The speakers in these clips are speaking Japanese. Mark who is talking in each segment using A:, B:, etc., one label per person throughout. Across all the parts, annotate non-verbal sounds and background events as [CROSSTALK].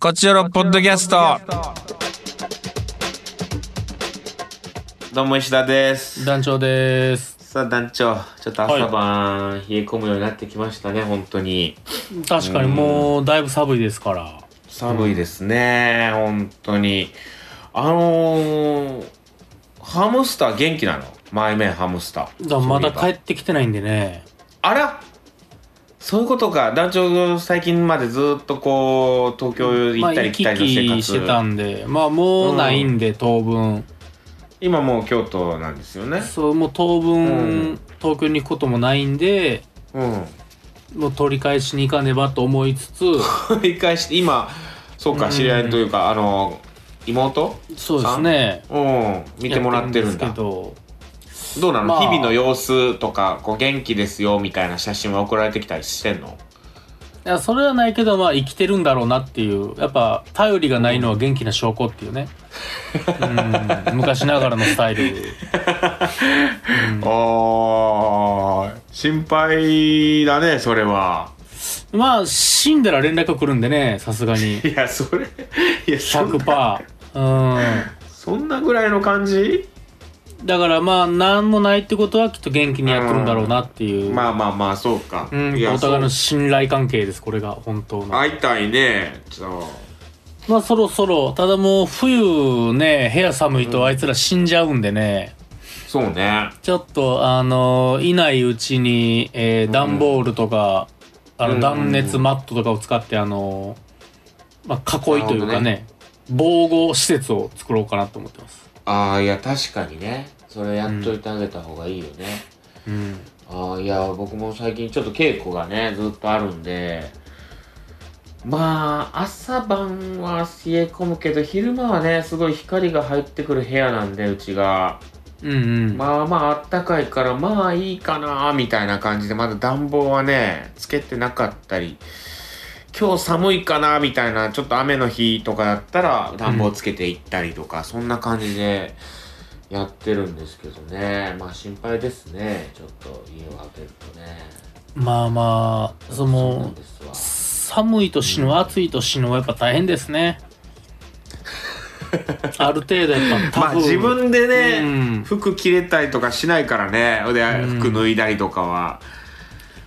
A: こちらのポッドキャスト。
B: どうも石田です。
C: 団長です
B: さあ団長、ちょっと朝晩、冷え込むようになってきましたね、本当に。
C: 確かにもうだいぶ寒いですから
B: 寒いですね、本当に。あのー、ハムスター元気なの前面ハムスター。
C: だまだ
B: そう
C: 帰
B: いえば
C: ってきてないんでね
B: あらそういうことか。団長、最近までずっとこう、東京行
C: ま
B: っ
C: あ
B: たり
C: 行
B: 来
C: き
B: たりの
C: 来
B: 生
C: して
B: 活。
C: たんでまあもうないんで当分
B: 今もう京都なんですよね。
C: そうもう当
B: う
C: 分東京に行くこともないんで
B: うん。 [LAUGHS]
C: もう取り返しに行かねばと思いつつ
B: 繰り返して、今、そうか、知り合いというか、あの、妹
C: そうですね
B: うん、見てもらってるん
C: や
B: だ。
C: ってです
B: どうなの、
C: まあ
B: 日々の様子とか、こう元気ですよみたいな写真は送られてきたりしてんの
C: けどいやそれはないけどまあ生きてるんだろうなっていうやっぱ頼りがないのは元気な証拠ってい
B: [LAUGHS]
C: うねうん昔ながらのスタイル
B: ああ、心配だね、それは。
C: まあ死んだら連絡来るんでねさすがに
B: いや、それ、いや、そんな、
C: 100%う
B: そんなぐらいの感じ
C: んだからまあ何もないってことはきっと元気にやってるんだろうなっていう、
B: まあまあまあ、そうか。
C: うん、
B: いや
C: お互いの
B: そう
C: 信頼関係ですこれが本当の
B: 会いたいね。そ
C: まあそろそろただもう冬ね部屋寒いとあいつら死んじゃうんでね、
B: うそうね。
C: ちょっとあのいないうちに、えー段ボールとか、あ
B: う
C: の
B: ん
C: 断熱マットとかを使ってあの、まあ、囲いという
B: なるほど
C: か
B: ね
C: ね防護施設を作ろうかなと思ってます
B: ああ、いや、確かにね。それやっといてあげた方がいいよね。
C: うん
B: ああいや僕も最近ちょっと稽古がねずっとあるんでまあ朝晩は冷え込むけど昼間はねすごい光が入ってくる部屋なんでうちが
C: うんうん
B: まあまああったかいからまあいいかなみたいな感じでまだ暖房はねつけてなかったり今日寒いかなみたいなちょっと雨の日とかだったら暖房つけていったりとか、そんな感じでやってるんですけどねまあ心配ですねちょっと家を開けるとね
C: まあまあそ
B: そうな
C: の
B: んですわ
C: 寒い年の暑い年のはやっぱ大変です [LAUGHS] ねある程度やっぱ
B: まあ自分でね、
C: うん
B: 服着れたりとかしないからねで
C: うん
B: 服脱いだりとかは、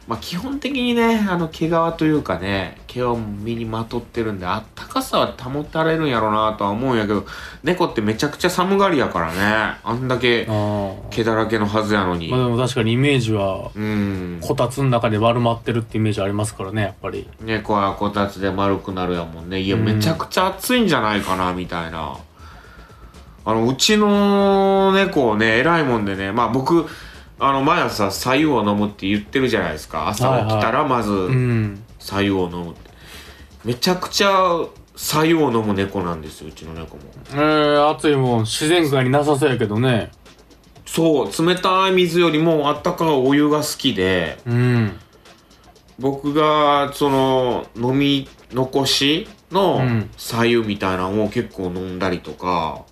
B: まあ基本的にねあの毛皮というかね毛を身にまとってるんであったかさは保たれるんやろうなとは思うんやけど猫ってめちゃくちゃ寒がりやからねあんだけ
C: あー
B: 毛だらけのはずやのに、
C: まあでも確かにイメージは
B: うん
C: こたつの中で丸まってるってイメージありますからねやっぱり
B: 猫はこたつで丸くなるやもんねいや
C: うん
B: めちゃくちゃ暑いんじゃないかなみたいなあのうちの猫ね偉いもんでねまあ僕あの毎朝白湯を飲むって言ってるじゃないですか朝起きたらま
C: う
B: ず
C: ん
B: 白湯を飲むってめちゃくちゃ白湯を飲む猫なんですようちの猫も
C: えー、暑いもん自然界になさそうやけどね
B: そう冷たい水よりもあったかいお湯が好きで
C: うん
B: 僕がその飲み残しの
C: うん
B: 白湯みたいなのを結構飲んだりとか、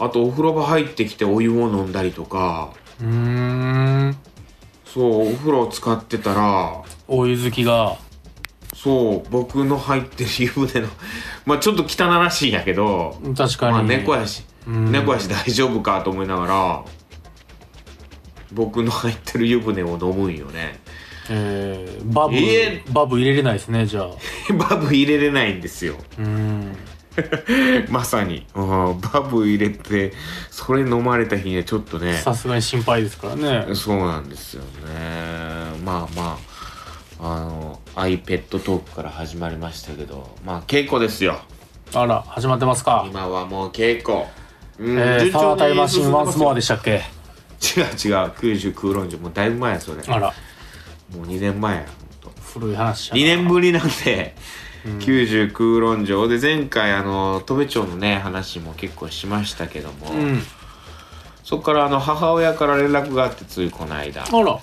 B: あとお風呂場入ってきてお湯を飲んだりとか
C: うーん
B: そうお風呂を使ってたら
C: お湯好きが
B: そう僕の入ってる湯船の [LAUGHS] まあちょっと汚らしいんやけど、
C: 確かに、
B: まあ、猫やし、
C: うん
B: 猫やし [LAUGHS] 大丈夫かと思いながら僕の入ってる湯船を飲むんよね [LAUGHS]
C: えー、バブ、
B: え
C: バブ入れれないですねじゃあ
B: バブ入れれないんですよ
C: うん
B: まさに、うんバブ入れてそれ飲まれた日にはちょっとね
C: さすがに心配ですからね
B: そうなんですよねまあまああの iPad トークから始まりましたけどまあ稽古ですよ
C: あら始まってますか、
B: 今はもう稽古うん
C: えー、
B: 順
C: サ
B: 調
C: ワー
B: に
C: タイムマシンワンス
B: 進ん
C: モア
B: で
C: でしたっけ
B: ますよ違う違う90空論上もうだいぶ前やそれ
C: あ
B: も
C: ら
B: う2年前やほんと
C: 古い話
B: 2
C: や
B: 年ぶりなんで、90空論上で前回あの戸部町のね話も結構しましたけども、
C: うん
B: そこからあの母親から連絡があってついこの間
C: あら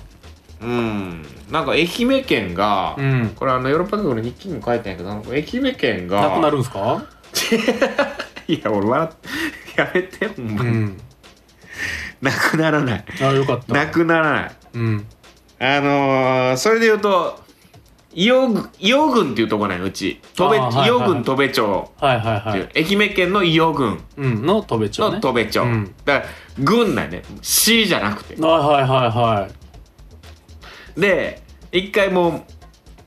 B: うんなんか愛媛県が、
C: うん
B: これあのヨーロッパ局の日記にも書いてんやけどなんか愛媛県が
C: なくなるんすか
B: [LAUGHS] いや俺笑って [LAUGHS] やめてほんま
C: う
B: に、
C: ん
B: なくならない
C: あよかった
B: なくならない
C: うん
B: あのー、それで言うと伊予郡伊予郡っていうとこないうち戸
C: あー
B: 部
C: はいはい
B: 伊予郡戸部町
C: はいはい
B: っ
C: は
B: てい、。
C: いう
B: 愛媛県の伊予郡
C: うん、の戸部町ね。
B: の戸部町、
C: うん
B: だから郡なんやね市じゃなくて
C: はいはいはいはい。
B: で一回もう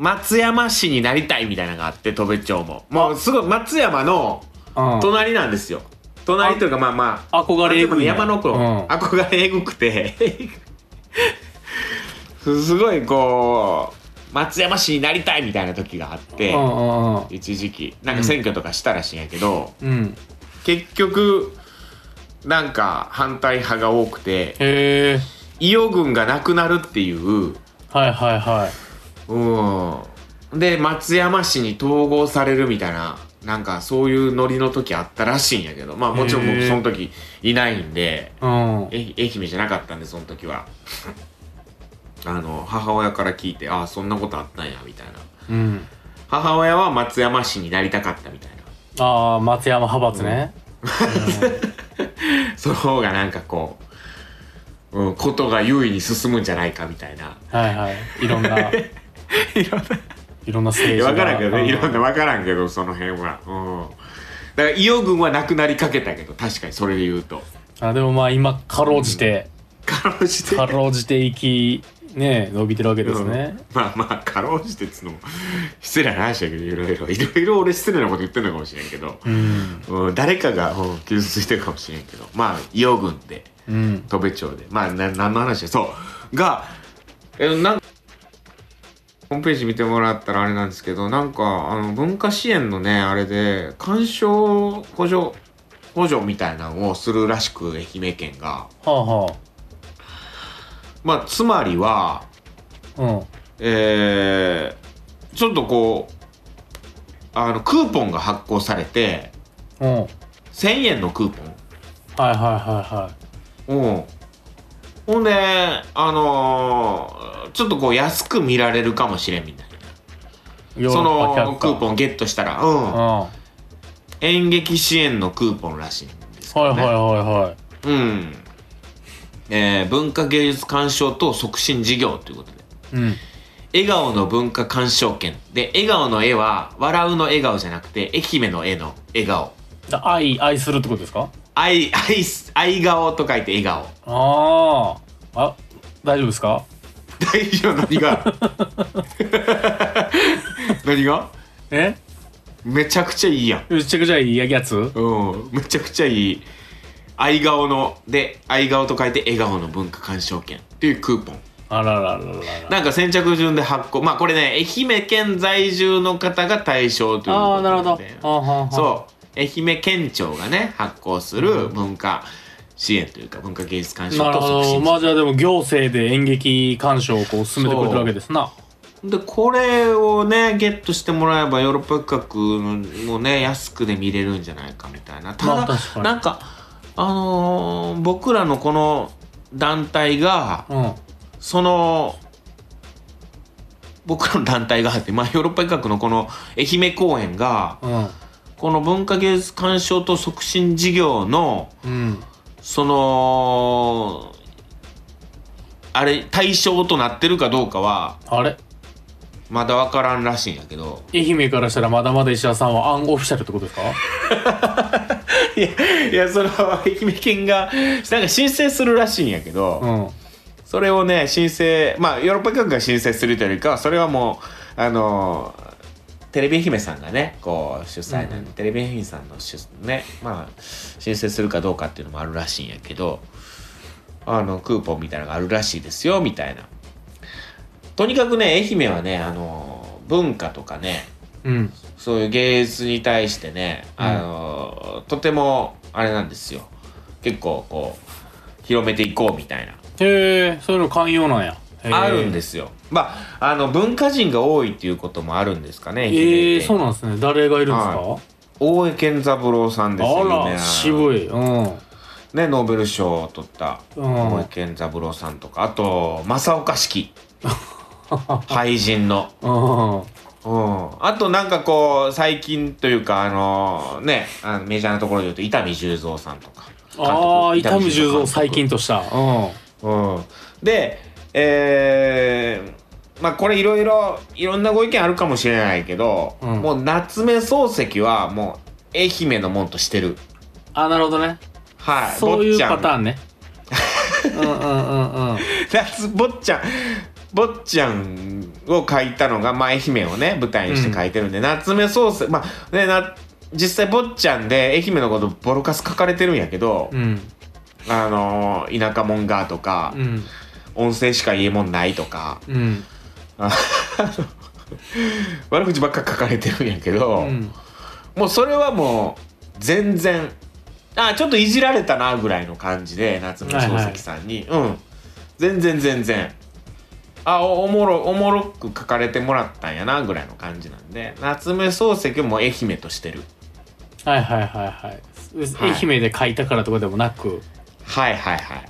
B: 松山市になりたいみたいなのがあって戸部町ももうすごい松山の
C: うん、
B: 隣なんですよ隣というかまあまあ
C: 憧れ
B: でも山の奥、
C: うん
B: 憧れえぐくて [LAUGHS] すごいこう松山市になりたいみたいな時があって、
C: うんうんうん
B: 一時期なんか選挙とかしたらしいんやけど、
C: うん
B: 結局なんか反対派が多くて
C: へえ
B: 伊予軍がなくなるっていう
C: はいはいはい
B: うんで松山市に統合されるみたいななんかそういうノリの時あったらしいんやけどまあもちろん
C: へ
B: 僕
C: ー
B: その時いないんで
C: うん
B: え愛媛じゃなかったんでその時は [LAUGHS] あの母親から聞いてああそんなことあったんやみたいな
C: うん
B: 母親は松山市になりたかったみたいな [LAUGHS]
C: ああ松山派閥ね、
B: その方がなんかこう、うん、ことが優位に進むんじゃないかみたいな。
C: はいはいいろ
B: [LAUGHS]
C: んな
B: ろ
C: い
B: ん
C: いろんな
B: な、
C: 政治
B: わからんけど
C: う
B: ね、いろんなわからんけど、その辺は。うん。だから、伊予軍はなくなりかけたけど、確かにそれで言うと。
C: あでもまあ今かろうじて、
B: かろうじて。
C: かろうじて生きね伸びてるわけですね、
B: うんまあまあ、かろうじてっつうのも、失礼な話だけど、いろいろ、いろいろ俺失礼なこと言ってんのかもしれんけど、
C: うん
B: うん、誰かが、うん、傷ついてるかもしれんけど、まあ、伊予軍で、
C: うん
B: 戸部町で、まあ、な何の話だそう。が、え、なんホームページ見てもらったらあれなんですけど、なんか、あの、文化支援のね、あれで、鑑賞補助、補助みたいなのをするらしく、愛媛県が。
C: はあは
B: まあ、つまりは、
C: あうん
B: えー、ちょっとこう、あの、クーポンが発行されて、
C: うん
B: 1000円のクーポン
C: はいはいはいは
B: うん。ほんで、あのーちょっとこう安く見られるかもしれんみたい
C: い
B: な。そ
C: ヨーロッパ
B: の
C: 客
B: ク
C: か
B: ーポンゲットしたら、うん。
C: うん
B: 演劇支援のクーポンらしいんですけ
C: はい
B: ど、
C: はい
B: ね。
C: はいはい
B: うん。えー文化芸術鑑賞等促進事業ということで。
C: うん
B: 笑顔の文化鑑賞券。で、笑顔の絵は、笑うの笑顔じゃなくて、愛媛の絵の笑顔。
C: じゃあ愛愛するってことですか
B: 愛、愛す、愛顔と書いて笑顔。 [LAUGHS]
C: あああ大丈夫ですか
B: 大丈夫何が [LAUGHS] 何が
C: え
B: めちゃくちゃいいやん。
C: めちゃくちゃいいやつ
B: うん。めちゃくちゃいい。愛顔の、で、愛顔と書いて笑顔の文化鑑賞券っていうクーポン。
C: あらららららら
B: なんか先着順で発行。まあこれね、愛媛県在住の方が対象という
C: あ
B: こ
C: あ
B: と
C: なるほど
B: で
C: あはんはん
B: そう。愛媛県庁がね、発行する文化支援というか、文化芸術鑑賞
C: なる
B: と
C: ほ
B: 促
C: ど
B: 進
C: まあじゃあでも行政で演劇鑑賞をこう進めてくれてるわけですな
B: でこれをねゲットしてもらえばヨーロッパ企画もね安くで見れるんじゃないかみたいなただ、
C: まあ確かに
B: なんかあのー僕らのこの団体が
C: うんは
B: その僕らの団体があって、まあ、ヨーロッパ企画のこの愛媛公演がこの文化芸術鑑賞と促進事業の
C: うんうん
B: そのあれ対象となってるかどうかは
C: あれ
B: まだ分からんらしいんやけど
C: 愛媛からしたらまだまだ石田さんはアンオフィシャルってことですか
B: いやいやその愛媛県がなんか申請するらしいんやけど、
C: うん
B: それをね申請まあヨーロッパ企画が申請するというよりかはそれはもうあのテレビ愛媛さんがねこう主催なんで、テレビ愛媛さんの主ねまあ申請するかどうかっていうのもあるらしいんやけどあのクーポンみたいなのがあるらしいですよみたいなとにかくね愛媛はねあの文化とかね
C: うん
B: そういう芸術に対してね、
C: うん
B: あのとてもあれなんですよ結構こう広めていこうみたいな、
C: へえそういうの寛容なんや
B: あるんですすよまああの文化人が多いっていうこともあるんですかね愛媛
C: ええ
B: 県
C: そうなんですね誰がいるんですか、
B: は大江健三郎さんですよ
C: あ
B: ね
C: ら渋いうんうん
B: ねノーベル賞を取った大江健三郎さんとかあと正岡子
C: [LAUGHS]
B: 規俳人の
C: うん
B: うん、あとなんかこう最近というかあのねあのメジャーなところで言うと伊丹十三さんとか
C: ああ
B: 監督
C: 伊丹十三最近
B: 監
C: としたうん
B: 督うんでえーまあこれいろいろいろんなご意見あるかもしれないけど、
C: うん
B: もう夏目漱石はもう愛媛のもんとしてる
C: あ、なるほどね。
B: はい
C: そういうパタ
B: ン
C: ーンね。うんうんうんうん。
B: 夏坊っちゃん坊っちゃんを書いたのが、まあ、愛媛をね舞台にして書いてるんで、夏目漱石まあねな実際坊っちゃんで愛媛のことボロカス書かれてるんやけど、
C: うん。
B: あのー田舎もんがとか
C: う、ん。
B: 温泉しか家もんないとか
C: うん。
B: あの悪口ばっか書かれてるんやけど、
C: うん。
B: もうそれはもう全然あちょっといじられたなぐらいの感じで夏目漱石さんに、うん全然全然あおおもろおもろく書かれてもらったんやなぐらいの感じなんで夏目漱石も愛媛としてる
C: はいはいはいは
B: は
C: い。
B: い
C: 愛媛で書いたからとかでもなく、
B: はいはいはい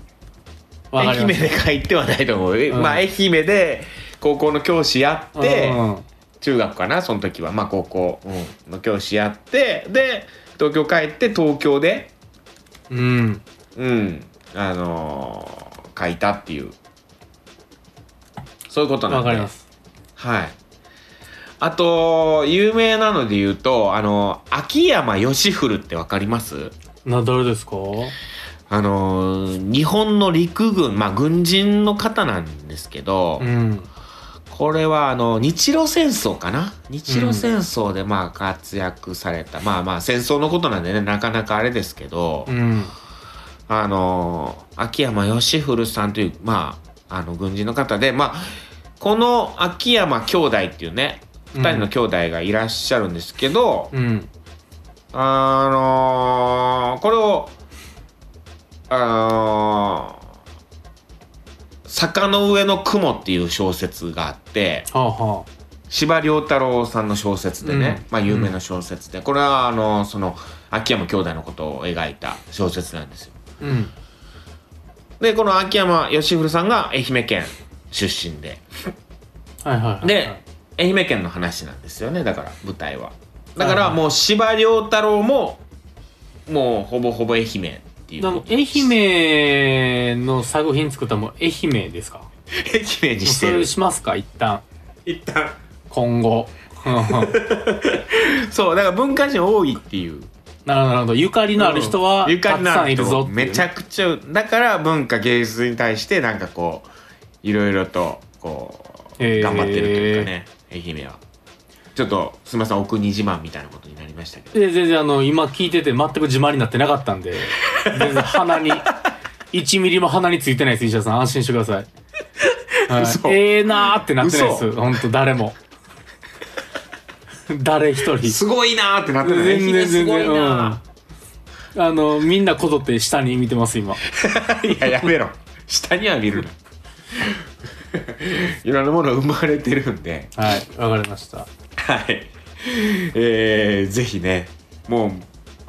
C: わか
B: 愛
C: り
B: 媛
C: まし
B: で書いてはないと思う、え
C: うん
B: まあ愛媛で高校の教師や
C: た
B: って、
C: うんうん
B: 中学かなその時はまあ高校うんの教師やってで東京帰って東京で
C: うん。
B: うんあのー書いたっていうそういうことなん
C: わ
B: で
C: かります。
B: はいあと有名なので言うとあの秋山義古ってわかります
C: な、誰ですか
B: あのー日本の陸軍まあ軍人の方なんですけど、
C: うん。
B: これはあの日露戦争かな日露戦争でまあ活躍された、まあまあ戦争のことなんでねなかなかあれですけど、
C: うん。
B: あの秋山義古さんというまああの軍人の方でまあこの秋山兄弟っていうね
C: うん
B: 2人の兄弟がいらっしゃるんですけど、
C: うん。
B: あのこれをあの坂の上の雲」っていう小説があって。
C: はあは
B: 司馬遼太郎さんの小説でね、
C: うん
B: まあ有名な小説で、これはあのその秋山兄弟のことを描いた小説なんですよ
C: あ。うん。
B: でこの秋山義古さんが愛媛県出身で
C: はいはいはい。
B: で、愛媛県の話なんですよねだから舞台はだからもう司馬遼太郎ももうほぼほぼ愛媛っていう
C: でも愛媛の作品作ったのも愛媛ですか
B: 愛媛にし
C: そ
B: てる
C: れしますか一旦
B: 一旦
C: 今後 [LAUGHS]
B: そうだから文化人多いっていう
C: なるほどなるほどゆかりのある人は
B: ゆ
C: た
B: か
C: く
B: りのあ
C: さんいる
B: 人
C: ぞっていうね
B: めちゃくちゃだから文化芸術に対してなんかこういろいろとこう
C: へー
B: 頑張ってるというかね、愛媛はちょっとすみませんお国自慢みたいなことになりましたけど
C: で全然あの今聞いてて全く自慢になってなかったんで全然鼻
B: [LAUGHS]
C: に1ミリも鼻についてないです石田さん安心してください、はい
B: 嘘
C: ええなーってなってないです
B: 嘘
C: 本当誰も誰一人
B: すごいなーってなってる
C: 全
B: 愛媛
C: 然
B: す
C: 全
B: ご
C: 然
B: いな
C: うん、あのみんなこぞって下に見てます今
B: ー [LAUGHS] いややめろ下には見
C: [LAUGHS]
B: るないろんなもの生まれてるんで
C: はいわかりました
B: はいえー、ぜひねもう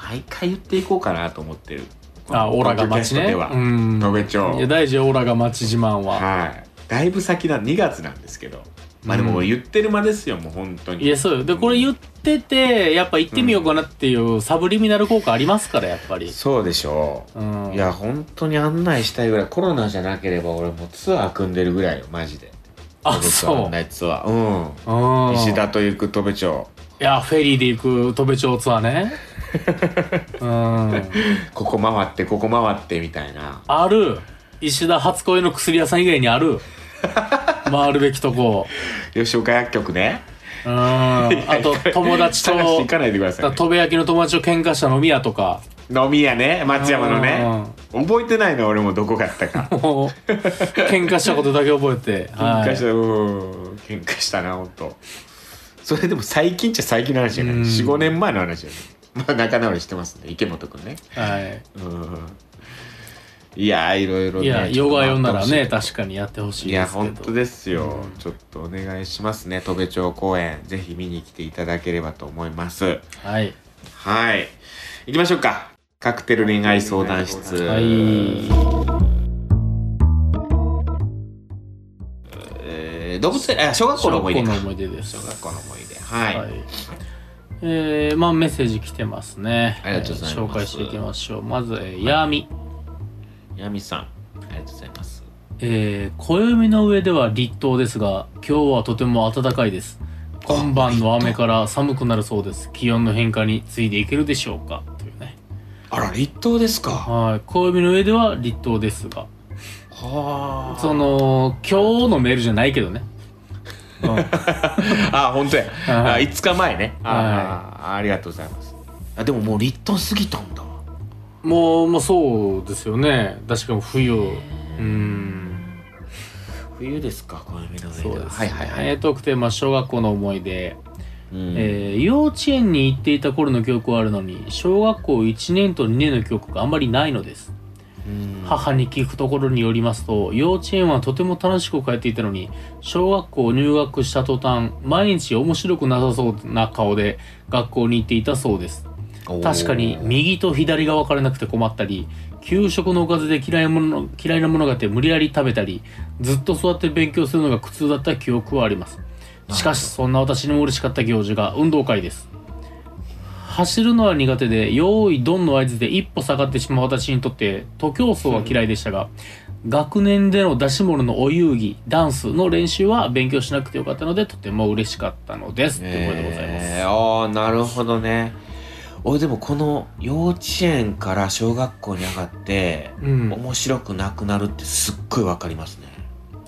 B: 毎回言っていこうかなと思ってる
C: あオラが町ね
B: ポッドキャストでは
C: うん
B: 野辺町
C: いや大事よオラが町自慢は
B: はい。だいぶ先な2月なんですけど。まあでも俺言ってる間ですよ、もう本当に。
C: いやそうよでこれ言っててやっぱ行ってみようかなっていうサブリミナル効果ありますからやっぱり
B: そうでしょう。
C: うん
B: いや、本当に案内したいぐらい、コロナじゃなければ俺もうツアー組んでるぐらいよ、マジで。
C: あ
B: 東京
C: そ
B: 案内ツアー。
C: う
B: う。
C: うんん
B: 石田と行く戸部町。
C: いやフェリーで行く戸部町ツアーねうん
B: ここ回って、ここ回って、みたいな。
C: ある石田初恋の薬屋さん以外にある回るべきとこ
B: 吉岡薬局ね。
C: うんあ
B: [LAUGHS]
C: と友達と
B: 探していかないでくださいね、
C: 戸部焼きの友達と喧嘩した飲み屋とか
B: 飲み屋ね、松山のね。覚えてないの俺もどこがあったか。
C: もう喧嘩したことだけ覚えて、
B: 喧
C: は
B: 嘩
C: い
B: した、うん喧嘩したな本当それでも最近っちゃ最近の話じゃない
C: うん
B: 45年前の話じゃないまあ仲直りしてますんで池本くんね
C: はい、
B: うんいやーいろいろね
C: いや
B: ちょっ
C: ヨ
B: と
C: ガ用なら
B: 待っ
C: ね
B: てほし
C: 確かにやってほし
B: い
C: い
B: いや
C: ですけ
B: 本当
C: ど
B: ですよ、ちょっとお願いしますね戸部町公園ぜひ見に来ていただければと思います
C: はい
B: はい行きましょうかカクテル恋愛相談室、
C: はい
B: えー動物園あ小学校の思い出
C: 小
B: か
C: 学校の思い出です
B: 小学校の思い出はい、
C: はいえー、まあメッセージ来てますね
B: ありがとうございます
C: えー紹介していきましょうまず、えー、ヤーミ
B: ヤミさんありがとうございます
C: えー、暦の上では立冬ですが、今日はとても暖かいです。今晩の雨から寒くなるそうです。気温の変化についていけるでしょうかというね。
B: あら、立冬ですか。
C: はい。暦の上では立冬ですが、
B: はあ。
C: そ。の、今日のメールじゃないけどね。うん、
B: あ、本当や。あ、
C: はい
B: 5日前ね。あー、ありがとうございます。あ、でももう立冬過ぎたんだ。
C: もう、もうそうですよね。確かに冬。うん。
B: 冬ですか、暦の上で
C: そ
B: は。
C: うです。
B: はいはいはい。
C: えー、トークテーマ、小学校の思い出。
B: うん
C: えー幼稚園に行っていた頃の記憶はあるのに小学校1年と2年の記憶があんまりないのです
B: うん
C: 母に聞くところによりますと幼稚園はとても楽しく通っていたのに小学校入学した途端毎日面白くなさそうな顔で学校に行っていたそうです確かに右と左が分からなくて困ったり給食のおかずで嫌いもの嫌いなものがあって無理やり食べたりずっと座って勉強するのが苦痛だった記憶はありますしかしそんな私にも嬉しかった行事が運動会です走るのは苦手で用意ドンの合図で一歩下がってしまう私にとって徒競走は嫌いでしたが学年での出し物のお遊戯ダンスの練習は勉強しなくてよかったのでとても嬉しかったのです、ということでございます、
B: えーああなるほどね俺でもこの幼稚園から小学校に上がって、
C: うん
B: 面白くなくなるってすっごいわかりますね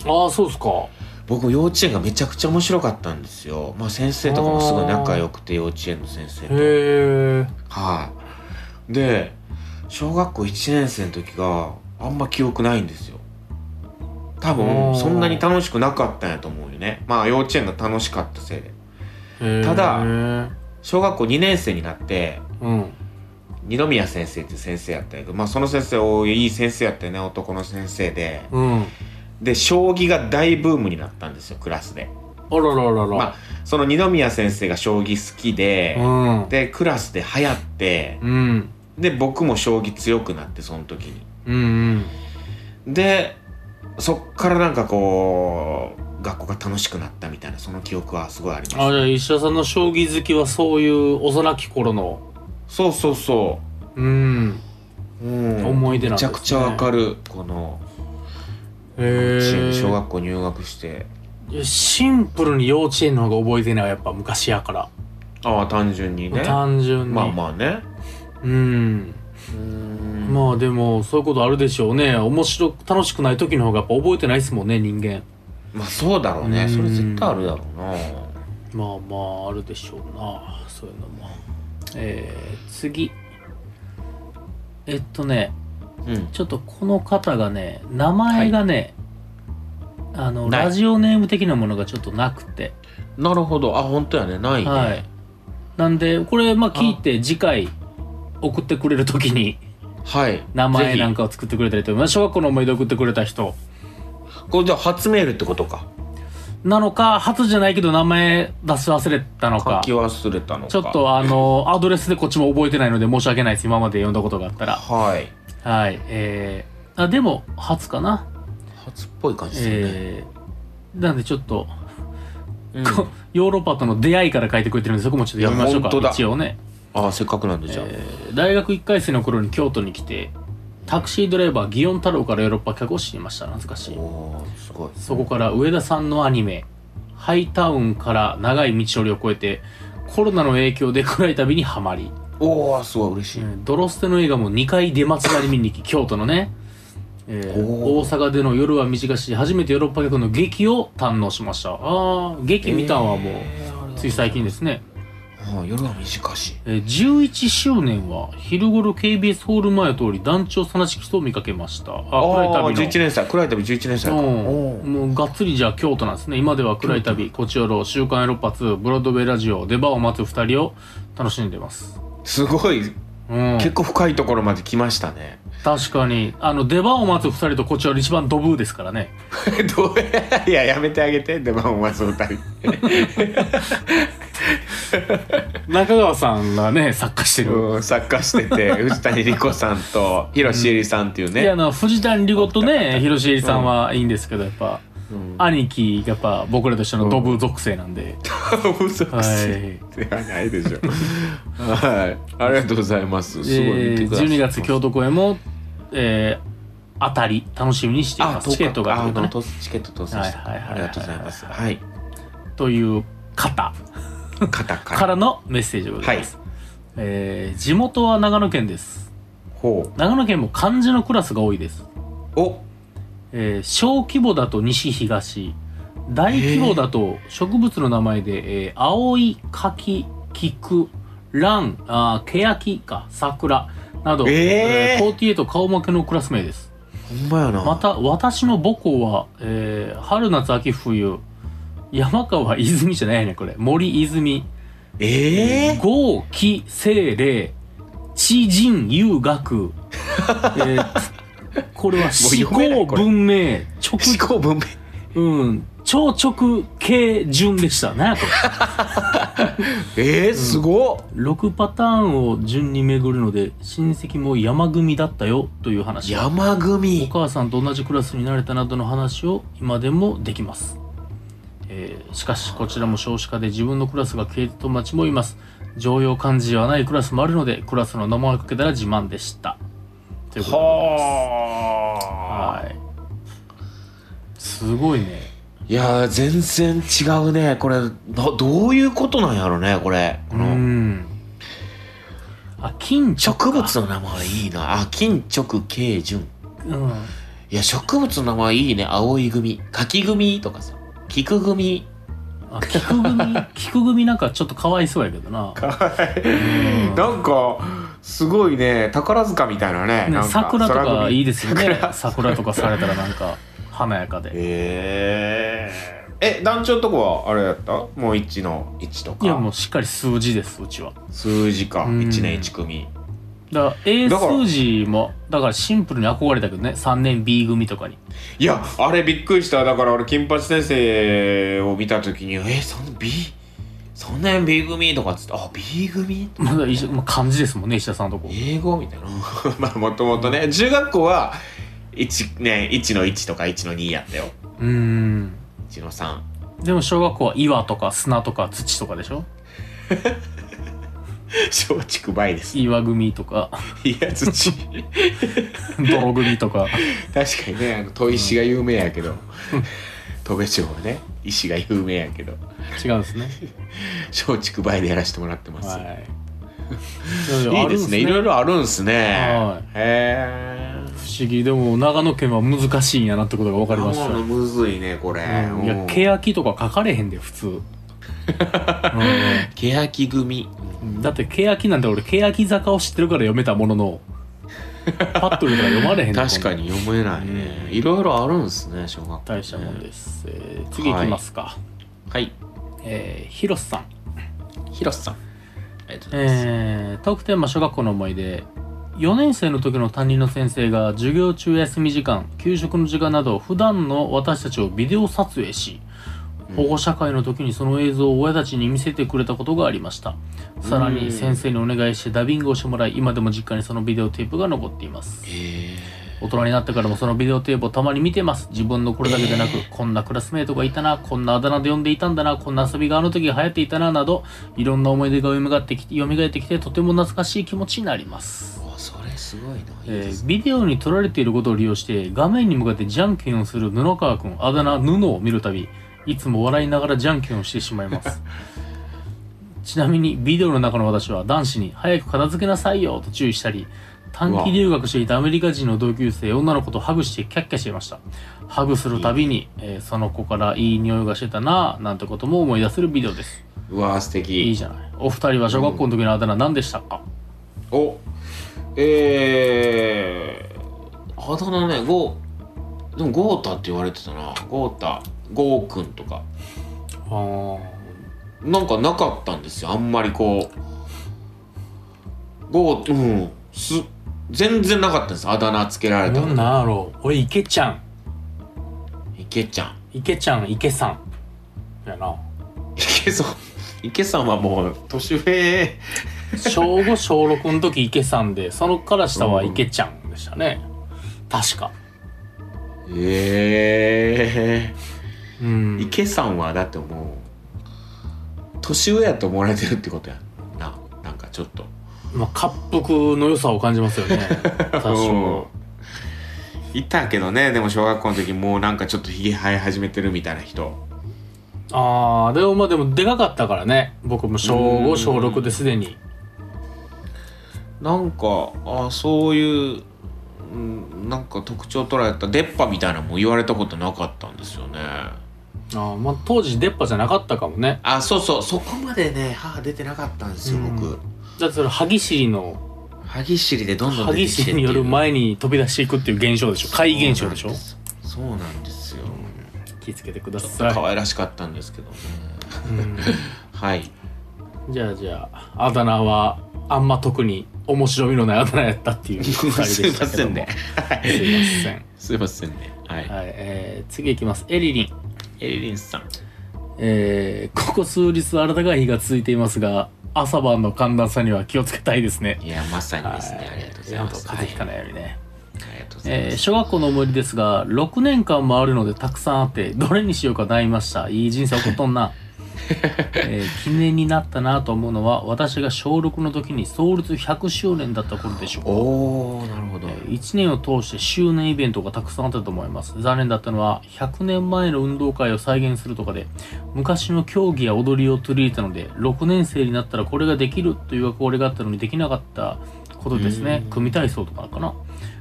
C: ああそうですか
B: 僕幼稚園がめちゃくちゃ面白かったんですよ、まあ、先生とかもすごい仲良くて幼稚園の先生とはい、
C: へえ
B: で小学校1年生の時があんま記憶ないんですよ多
C: あ
B: 分
C: ー
B: そんなに楽しくなかったんやと思うよねまあ幼稚園が楽しかったせいでただ
C: うん
B: 小学校2年生になって
C: うん
B: 二宮先生っていう先生やったんやけど、まあ、その先生おいい先生やったよね男の先生で
C: うん
B: で将棋が大ブームになったんですよクラスで
C: あらららら、
B: まあその二宮先生が将棋好きで、
C: うん
B: でクラスで流行って
C: うん
B: で僕も将棋強くなってその時に
C: うんうん
B: でそっからなんかこう学校が楽しくなったみたいなその記憶はすごいあります
C: あじゃあ石田さんの将棋好きはそういう幼き頃の
B: そうそうそ
C: うん
B: う、うん、
C: 思い出なんですね
B: めちゃくちゃわかるこの
C: へえ
B: 小学校入学して
C: シンプルに幼稚園の方が覚えてないわやっぱ昔やから、
B: ああ単純にね
C: 単純に
B: まあまあね
C: うん
B: うん
C: まあでもそういうことあるでしょうね面白く楽しくない時の方がやっぱ覚えてないですもんね人間
B: まあそうだろうねそれ絶対あるだろうな
C: まあまああるでしょうなそういうのもえー、次えっとね
B: うん
C: ちょっとこの方がね名前がね、あの
B: ない
C: ラジオネーム的なものがちょっとなくて
B: なるほどあ本当やねないね、
C: はいなんでこれまあ聞いて次回送ってくれる時に
B: はい
C: 名前なん
B: か
C: かを作ってくれたりとか小学校の思い出送ってくれた人
B: これじゃあ初メールってことか
C: なのか初じゃないけど名前出す忘れたの
B: 書
C: か
B: き忘れたのか
C: ちょっとあのアドレスでこっちも覚えてないので申し訳ないです今まで読んだことがあったら
B: はい
C: はいえー、あでも初かな
B: 初っぽい感じするね、
C: えー、なんでちょっと
B: うん
C: こヨーロッパとの出会いから書いてくれてるんでそこもちょっと読みましょう
B: いや本当
C: か
B: だ
C: 一応ね、
B: ああせっかくなんでじゃあ、
C: えー大学1回生の頃に京都に来てタクシードライバー祇園太郎からヨーロッパ客を知りました懐かしい
B: おーすごい
C: そこから上田さんのアニメ「ハイタウン」から長い道のりを越えてコロナの影響で暗い旅にはまり、
B: おおすごい嬉しい、
C: えードロステの映画も2回出待ちまで見に行き京都のね、えー
B: お
C: 大阪での夜は短し初めてヨーロッパ客の劇を堪能しましたああ劇見たんはもう、
B: えーあれだ
C: つい最近ですね
B: ああ夜は短し
C: えー11周年は昼頃 KBS ホール前を通り団長さなしき人を見かけましたあ暗い
B: ああ
C: 旅の
B: 11年生暗い旅11年生かお
C: うん、
B: ー
C: もうがっつりじゃあ京都なんですね今では暗い旅コチオロ週刊ヨーロッパ2ブロードウェイラジオ出番を待つ2人を楽しんでます
B: すごい
C: うん
B: 結構深いところまで来ましたね、
C: 確かにあの出番を待つ2人とこちら一番ドブーですからね
B: [LAUGHS] どう [LAUGHS] やいややめてあげて出番を待つ二人
C: 中川さんがね作家してる、
B: うん作家して
C: [LAUGHS]
B: て藤谷莉子さんと広瀬絵里さんっていう
C: で
B: ね、
C: あの藤谷莉子とね広瀬絵里さんはいいんですけどやっぱ、
B: うん
C: 兄貴がやっぱ僕らとしてのドブ属性なんで、
B: [LAUGHS] 嘘く
C: は
B: せえ
C: い
B: ではないでしょはいありがとうございますすごい見
C: え
B: て
C: ー
B: ください
C: 12月京都公演も、えー当たり楽しみにしていますチケットが
B: あ
C: あるとね
B: とチケット当選した、
C: はいはいはいはい
B: ありがとうございますはい
C: という方
B: 肩から
C: からのメッセージでございます、えー地元は長野県です
B: ほ
C: 長野県も漢字のクラスが多いです、
B: うお
C: えー小規模だと西東大規模だと植物の名前で、えー青い柿菊蘭あーケヤキか桜など、
B: えー
C: 48顔負けのクラス名です
B: ほんまやな
C: また私の母校は、えー春夏秋冬山川泉じゃないやねこれ森泉
B: ええ
C: 豪気精霊知人遊学、え
B: [LAUGHS]
C: ーこれは思
B: もう読めない
C: 考
B: これ
C: 文明直
B: 思考文明
C: うん超直系順でしたねこれ
B: ええすごっ、
C: 6パターンを順に巡るので親戚も山組だったよという話
B: 山
C: お
B: 組
C: 母さんと同じクラスになれたなどの話を今でもできます、えーしかしこちらも少子化で自分のクラスが消えた友達もいます常用漢字はないクラスもあるのでクラスの名前をかけたら自慢でしたということでございます
B: はあ
C: はいすごいね
B: いやー全然違うねこれどどういうことなんやろねこれこ
C: う
B: の
C: んあ金
B: 植物の名前いいなあ金直慶順
C: うん
B: いや植物の名前いいね青い組柿組とかさ菊組
C: あ菊
B: [LAUGHS]
C: 組菊組なんかちょっとかわいそうやけどな
B: かわい
C: うん
B: なんかすごいね宝塚みたいなね
C: ね
B: なんか
C: 桜と
B: 空
C: か
B: 組
C: いいですよね
B: 桜
C: 桜とかされたらなんか華やかで
B: えええ団長のとこはあれやったもう1の1とか
C: いやもうしっかり数字ですうちは
B: 数字か
C: うん
B: 1年1組
C: だから A
B: だから
C: 数字もだからシンプルに憧れたけどね3年 B 組とかに
B: いやあれびっくりしただから俺金八先生を見た時に「えそん B そんなん B 組?」とかっつって「あ B 組?」
C: まだ一緒まあ漢字ですもんね石田さんのとこ
B: 英語みたいなまあもともとね中学校は 1, ね、1の1とか1の2やったよ
C: うーん
B: 1の3
C: でも小学校は岩とか砂とか土とかでしょ
B: 松竹梅ですい
C: 岩組
B: [LAUGHS]
C: とか
B: や土確
C: 泥組とか
B: かにねあの砥石が有名やけど戸部町はね石が有名やけど
C: 違う
B: [LAUGHS]
C: んですね
B: 松竹梅でやらせてもらってます、
C: はい
B: いいですねいろい
C: ろ
B: ろあるんすね
C: はい
B: へえ
C: 不思議でも長野県は難しいんやなってことが分かりました
B: のむずいねこれ、
C: うんい
B: うん
C: やケヤキとか書かれへんで普通、うん
B: ケヤキ組
C: だってケヤキなんて俺ケヤキ坂を知ってるから読めたもののパッと見たら読まれへん [LAUGHS]
B: 確か
C: に
B: に読めないね、
C: うん
B: いろいろあるんすね小学校ね
C: 大したもんです、えー次いきますか、
B: はい
C: えー、広瀬さん、
B: 広瀬さんありがとうございます、
C: えー、トークテーマ小学校の思い出4年生の時の担任の先生が授業中休み時間給食の時間など普段の私たちをビデオ撮影し保護者会の時にその映像を親たちに見せてくれたことがありましたさら
B: うん
C: に先生にお願いしてダビングをしてもらい今でも実家にそのビデオテープが残っています
B: え
C: 大人になってからもそのビデオテープをたまに見てます自分のこれだけでなく、
B: え
C: こんなクラスメートがいたなこんなあだ名で呼んでいたんだなこんな遊びがあの時流行っていたななどいろんな思い出が蘇ってきて蘇ってきてとても懐かしい気持ちになります
B: ー、おそれすごいないい
C: え
B: です
C: ー
B: ね、
C: ビデオに撮られていることを利用して画面に向かってじゃんけんをする布川君あだ名布を見るたびいつも笑いながらじゃんけんをしてしまいます [LAUGHS] ちなみにビデオの中の私は男子に「早く片付けなさいよ」と注意したり短期留学していたアメリカ人の同級生女の子とハグしてキャッキャしていましたハグするたびに、えーその子からいい匂いがしてたなぁなんてことも思い出せるビデオです
B: うわー素敵
C: いいじゃないお二人は小学校の時のあだ名何でしたか、
B: おえー、あだ名ねゴーでもゴータって言われてたなゴータゴーくんとかなんかなかったんですよあんまりこうゴーうんす全然なかったんですあだ名つけられたの
C: なんやろう俺池ちゃん
B: いけちゃん
C: 池ちゃん池さんやない
B: けそう [LAUGHS] いけさんはもう年上
C: 小5小6の時 [LAUGHS] 池さんでそのから下は池ちゃんでしたね確か
B: ええ
C: う
B: ー、い
C: ん
B: けさんはだってもう年上やと思われてるってことやんななんかちょっと
C: [LAUGHS] まあ、滑覆の良さを感じますよね多少
B: うんいたけどねでも小学校の時もうなんかちょっとひげ生え始めてるみたいな人
C: ああでもまあでもでかかったからね僕も小
B: うん
C: 5小6ですでに
B: なんかあそういう、うん、なんか特徴捉えた出っ歯みたいなのも言われたことなかったんですよね
C: あー、まあ、当時出っ歯じゃなかったかもね
B: あそうそうそこまでね歯出てなかったんですよ
C: う
B: 僕
C: だってそれ歯ぎしりの
B: 歯ぎしりでどんどん
C: 歯
B: 出て
C: ぎ
B: き
C: してりによる前に飛び出していくっていう現象でしょ怪現象でしょ
B: そうなんですよ
C: 気をつけてくだ
B: ちょっと
C: さい
B: 可愛らしかったんですけどね
C: うん
B: はい
C: じゃあじゃああだ名はあんま特に面白みのないあだ名やっ
B: [LAUGHS]
C: たっていう二人でしたけども
B: はい
C: すいません
B: すいませんねはい
C: はい、えー次いきますエリリン
B: エリリンさん
C: えーここ数日暖かい日が続いていますが朝晩の寒暖差には気をつけたいですね
B: いやまさにですね
C: はい
B: ありがとうございます
C: 風邪ひかないようにね、
B: はいありがとうござい
C: え
B: ま
C: ー
B: す
C: 小学校の思い出ですが6年間もあるのでたくさんあってどれにしようか悩みましたいい人生送っと
B: [LAUGHS]
C: んな、えー記念になったなと思うのは私が小6の時に創立100周年だった頃でしょうか
B: おおなるほど
C: 1年を通して周年イベントがたくさんあったと思います残念だったのは100年前の運動会を再現するとかで昔の競技や踊りを取り入れたので6年生になったらこれができるという憧れがあったのにできなかったことですね
B: うん
C: 組体操とかかな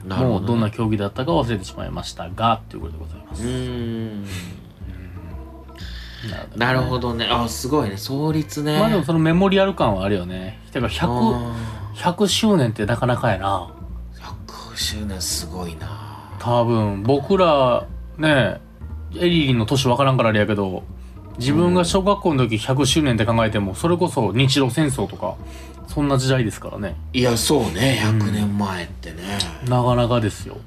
B: なるほ
C: もうどん
B: ね
C: な競技だったか忘れてしまいましたがということでございま
B: う
C: す
B: ーん
C: なるほどね
B: なるほどねあすごいね創立ね
C: まあでもそのメモリアル感はあるよねだから100
B: あ
C: 100周年ってなかなかやな
B: ー100周年すごいな
C: 多分僕らねエリリンの年分からんからあれやけど自分が小学校の時100周年って考えてもそれこそ日露戦争とかそんな時代ですからね
B: いやそうね100年前ってね、
C: なかなかですよ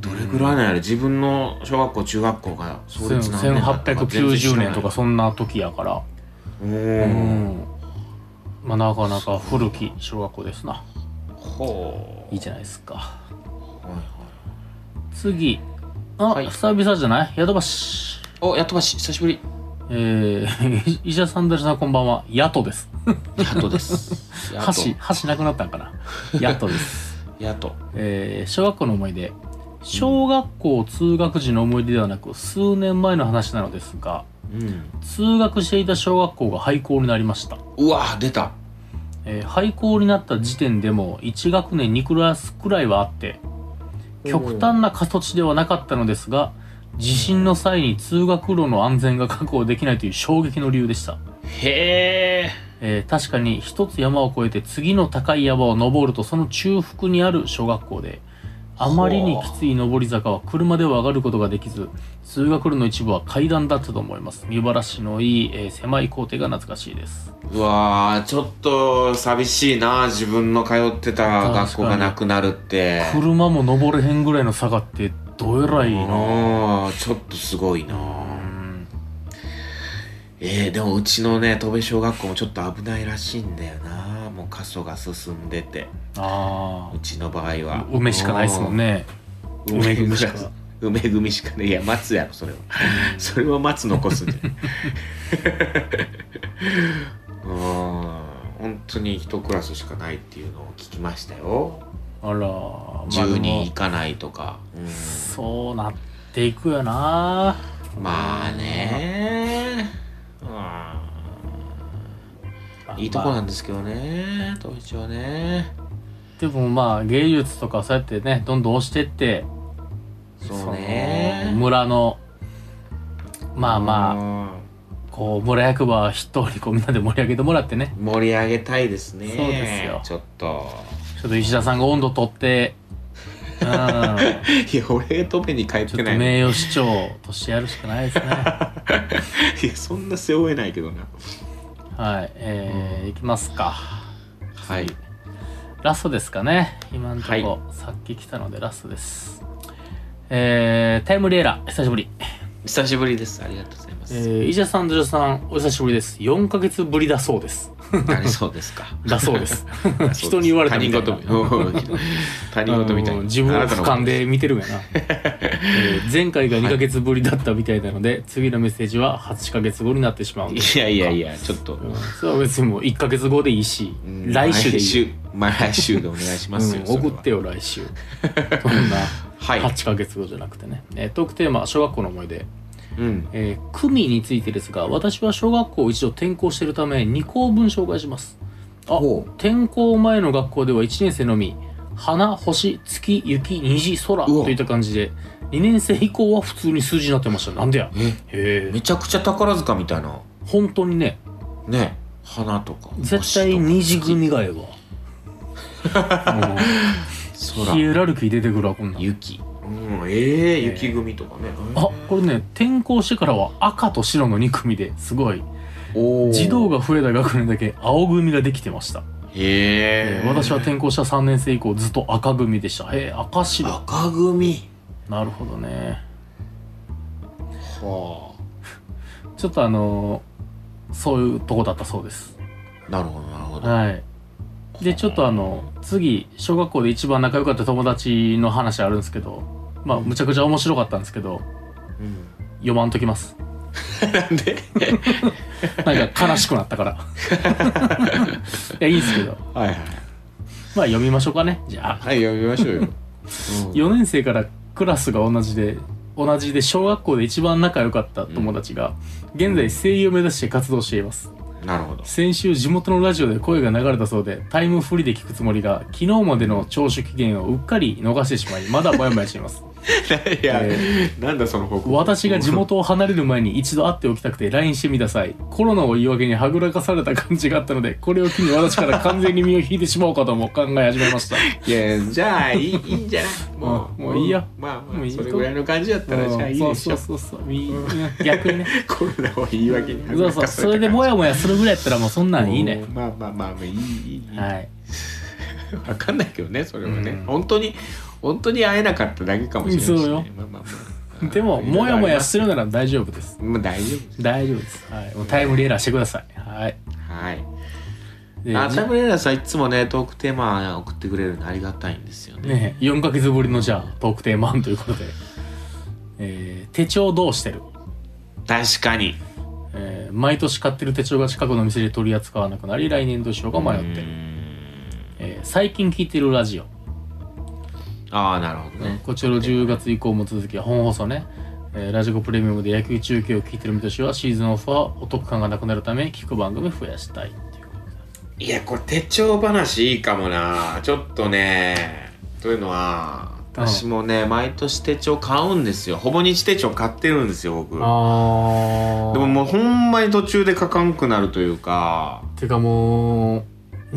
B: どれぐらいなんやろ自分の小学校中学校が創立何年だったか全然知ら
C: 1890
B: ない
C: 年とかそんな時やから
B: う
C: うんんまあなかなか古き小学校ですな
B: ほう
C: いいじゃないですか
B: はいはい
C: 次あ、
B: はい
C: 久々じゃない宿橋
B: おやっとばし久しぶり
C: えー、 [LAUGHS] 石田さん、ダルさん、こんばんは。ヤトです。
B: やっとです [LAUGHS] やっと
C: 箸、箸なくなったんかな。ヤトです。
B: やっと
C: えー小学校の思い出小学校通学時の思い出ではなく数年前の話なのですが
B: うん
C: 通学していた小学校が廃校になりました、
B: うわ出た
C: えー廃校になった時点でも1学年2クラスくらいはあって極端な過疎地ではなかったのですが地震の際に通学路の安全が確保できないという衝撃の理由でした、
B: へえ
C: えー確かに一つ山を越えて次の高い山を登るとその中腹にある小学校であまりにきつい上り坂は車では上がることができず通学路の一部は階段だったと思います見晴らしのいい、えー狭い校庭が懐かしいです
B: うわーちょっと寂しいな自分の通ってた学校がなくなるって
C: 車も登れへんぐらいの坂ってどえらいな
B: あーちょっとすごいな
C: うん
B: えー、でもうちのね戸部小学校もちょっと危ないらしいんだよなもう過疎が進んでて
C: あ
B: うちの場合は
C: ー梅しかないですもんね
B: うん梅
C: 梅
B: 組
C: 組
B: し
C: し
B: か
C: か
B: 梅組しかねいや松やろそれ
C: [LAUGHS]
B: はそれは松残すんじゃない [LAUGHS] うん本当に一クラスしかないっていうのを聞きましたよ
C: あらまあ
B: 10人
C: で
B: 行
C: も
B: かないとか、うん
C: そうなっていくよな
B: まあねうんいいとこなんですけどね戸部町はね
C: でもまあ芸術とかそうやってねどんどん押してって
B: そうね
C: その村のまあま
B: あ
C: あこう村役場筆頭にこうみんなで盛り上げてもらってね
B: 盛り上げたいですね
C: そうですよ
B: ちょっと [LAUGHS]
C: ちょっと石田さんが温度取ってうん
B: いや俺戸部に帰っ
C: ちょ
B: て
C: っと
B: ない
C: 名誉市長としてやるしかないですね
B: いやそんな背負えないけどな
C: はいえー、いきますか
B: はい
C: ラストですかね今のとこ、
B: はい
C: さっき来たのでラストですえー、タイムリエラー久しぶり
B: 久しぶりですありがとうございま
C: え
B: す、
C: ー、伊者さん、ジョさん、お久しぶりです。4ヶ月ぶりだそうです。
B: あれそうですか
C: だそうです。
B: あ [LAUGHS] そう
C: [LAUGHS] 人に言われた
B: 他
C: み
B: 人
C: たいな
B: 事み [LAUGHS] 他人事みたいな
C: あの自分を俯瞰
B: あ
C: で見てるんやな。えー前回が2ヶ月ぶりだったみたいなので、次のメッセージは8ヶ月後になってしま
B: な
C: う
B: んたの
C: で
B: こといやいやいやちょっと、
C: うんそれは別にもう1ヶ月後でいいし、 [LAUGHS] 来週でい
B: 来
C: い。
B: 週まあ来週でお願いしますよ、
C: [LAUGHS] うん
B: それは
C: 送ってよ、来週。そんな
B: はい
C: 8ヶ月後じゃなくてね、えートークテーマ「小学校の思い出」
B: うん
C: えー、組についてですが私は小学校を一度転校しているため2校分紹介しますあ
B: ほう
C: 転校前の学校では1年生のみ花星月雪虹空
B: うわ
C: といった感じで2年生以降は普通に数字になってましたなんでや
B: え
C: へえ
B: めちゃくちゃ宝塚みたいな
C: 本当にね
B: ね花とか
C: 絶対虹組がええわうん
B: [LAUGHS] 星とか
C: ヒエラルキー出てくるわこんなん
B: 空雪うんええ
C: え
B: 雪組とかね
C: あこれね転校してからは赤と白の2組ですごい
B: おー
C: 児童が増えた学年だけ青組ができてましたえ
B: へえ
C: ー私は転校した3年生以降ずっと赤組でしたへえ赤白
B: 赤組
C: なるほどね
B: は
C: ちょっとあのーそういうとこだったそうです
B: あなるほどなるほど
C: はいでちょっとあの次小学校で一番仲良かった友達の話あるんですけどまあむちゃくちゃ面白かったんですけど
B: うん
C: 読まんときます
B: なんで [LAUGHS]
C: なんか悲しくなったからいやいいんですけど
B: はいはい
C: まあ読みましょうかねじゃあ
B: はい読みましょうようん
C: 4年生からクラスが同じで同じで小学校で一番仲良かった友達が、現在声優を目指して活動しています
B: なるほど
C: 先週地元のラジオで声が流れたそうでタイムフリーで聞くつもりが昨日までの聴取期限をうっかり逃してしまいまだモヤモヤしてい
B: [LAUGHS]
C: ます
B: [LAUGHS] いや、なんだその報告
C: 私が地元を離れる前に一度会っておきたくて LINE してみた際コロナを言い訳にはぐらかされた感じがあったのでこれを機に私から完全に身を引いてしまおうかとも考え始め
B: [LAUGHS]
C: ました
B: いやじゃあ [LAUGHS] いいいいんじゃないもう
C: うんもういいよ
B: まあま
C: も
B: あ
C: ういい
B: そ
C: よ
B: れぐらいの感じだったらじゃあいいでしょ
C: うんそうそうそうそうみ逆にね
B: コロナを言い訳に
C: そうそうそれでモヤモヤするぐらいやったらもうそんなんいいね
B: うんまあまあまあまあいいいいいい
C: はい
B: わかんないけどねそれはね、
C: うん
B: 本当に本当に会えなかっただけかもしれないし、ね、
C: そうよ
B: まあまあまあ
C: でもモヤモヤしててるなら大丈夫です
B: もう大丈夫です
C: 大丈夫ですはいもうタイムリーエラーしてくださいはい
B: はい
C: で
B: あタイムレーラーさんいつもねトークテーマ送ってくれるのありがたいんですよね
C: ね4ヶ月ぶりのじゃあトークテーマ案ということで、えー手帳どうしてる、
B: 確かに
C: えー毎年買ってる手帳が近くの店で取り扱わなくなり来年どうしようか迷って
B: う
C: る、
B: ん
C: えー最近聞いてるラジオ
B: ああなるほどね、
C: こちらの10月以降も続き本放送ね、えーラジコプレミアムで野球中継を聞いてる身としてはシーズンオフはお得感がなくなるため聞く番組増やしたいっていうことで
B: いやこれ手帳話いいかもなちょっとねというのは
C: うん
B: 私もね毎年手帳買うんですよほぼ日手帳買ってるんですよ僕
C: あ
B: でももうほんまに途中で書かんくなるというか
C: てかもう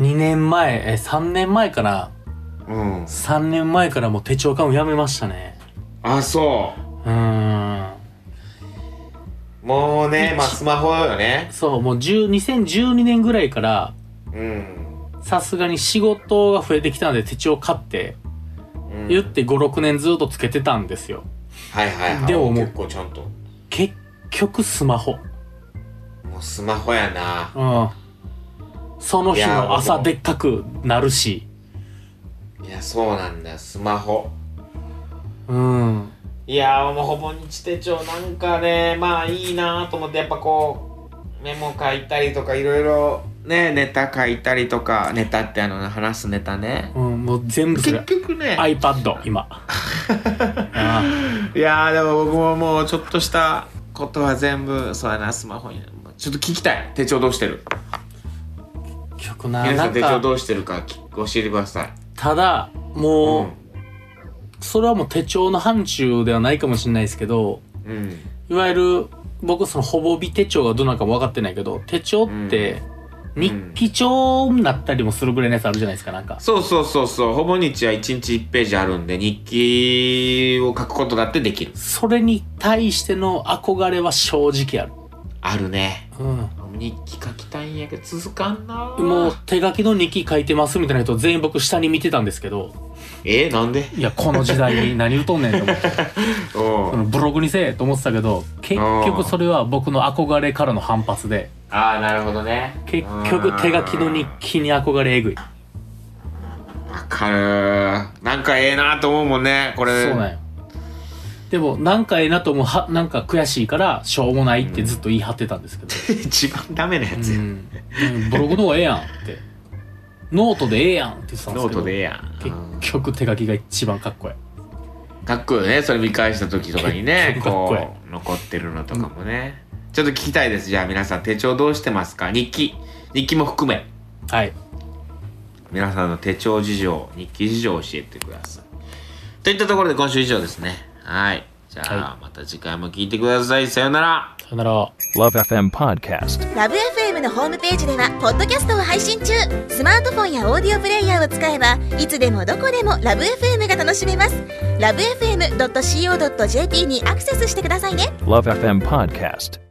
C: 2年前え3年前かな
B: うん
C: 3年前からもう手帳買うのやめましたね
B: あそう
C: ーん
B: うもうねまあスマホよね
C: そうもう10 2012年ぐらいから
B: うん、
C: さすがに仕事が増えてきたので手帳買って
B: うん
C: 言って56年ずっとつけてたんですよ
B: はいはいはい
C: でももう
B: 結構ちゃんと
C: 結局スマホ
B: もうスマホやな
C: うんその日の
B: いや
C: 朝
B: もう
C: でっかくなるし
B: いやそうなんだよスマホ
C: うん
B: いやーもうほぼ日手帳なんかねまあいいなと思ってやっぱこうメモ書いたりとかいろいろねネタ書いたりとかネタってあの話すネタね
C: うんもう全部そ
B: 結
C: れ
B: 局ね
C: iPad 今 [LAUGHS] あ
B: いやーでも僕ももうちょっとしたことは全部そうやなスマホにちょっと聞きたい手帳どうしてる
C: あ結局な
B: 皆
C: な
B: さん
C: ん
B: 手帳
C: か
B: どうしてるかき教えてください
C: ただ
B: う
C: もう、
B: ん
C: それはもう手帳の範疇ではないかもしれないですけど
B: うん
C: いわゆる僕そのほぼ美手帳がどうなのかも分かってないけど手帳って
B: ん
C: 日記帳になったりもするぐらいのやつあるじゃないですかなんか
B: そうそうそうそうほぼ日は1日1ページあるんで日記を書くことだってできる
C: それに対しての憧れは正直ある
B: あるね
C: うん
B: 日記書きたいんやけど続かんな
C: もう手書きの日記書いてますみたいな人全員僕下に見てたんですけど
B: えー、なんで
C: いやこの時代に何疎んねんと思って [LAUGHS]
B: お
C: そのブログにせえと思ってたけど結局それは僕の憧れからの反発で
B: ああなるほどね
C: 結局手書きの日記に憧れえぐい
B: わかるーなんかええなと思うもんねこれ
C: そうなんよでもなんかええなと思うはなんか悔しいからしょうもないってずっと言い張ってたんですけ
B: [LAUGHS]
C: ど、
B: 一番ダメなや
C: う
B: つや、
C: ん、ブログの方がええやんってノートでええやんって言ってたんで
B: ノ
C: す
B: ー
C: け
B: ト
C: ど
B: でええやん
C: 結局手書きが一番かっこえ
B: かっこいいよねそれ見返した時とかにね
C: 結構 [LAUGHS] かっこいい
B: こう残ってるのとかもね、ちょっと聞きたいですじゃあ皆さん手帳どうしてますか日記日記も含め
C: はい
B: 皆さんの手帳事情日記事情を教えてくださいといったところで今週以上ですねはいじゃあ、
C: は
B: また次回も聞いてくださいさようなら
C: さよなら
A: Love FM Podcast.
D: ラブ f m のホームページではポッドキャストを配信中スマートフォンやオーディオプレイヤーを使えばいつでもどこでもラブ f m が楽しめますラブ FM.co.jp にアクセスしてくださいね
A: Love FM Podcast.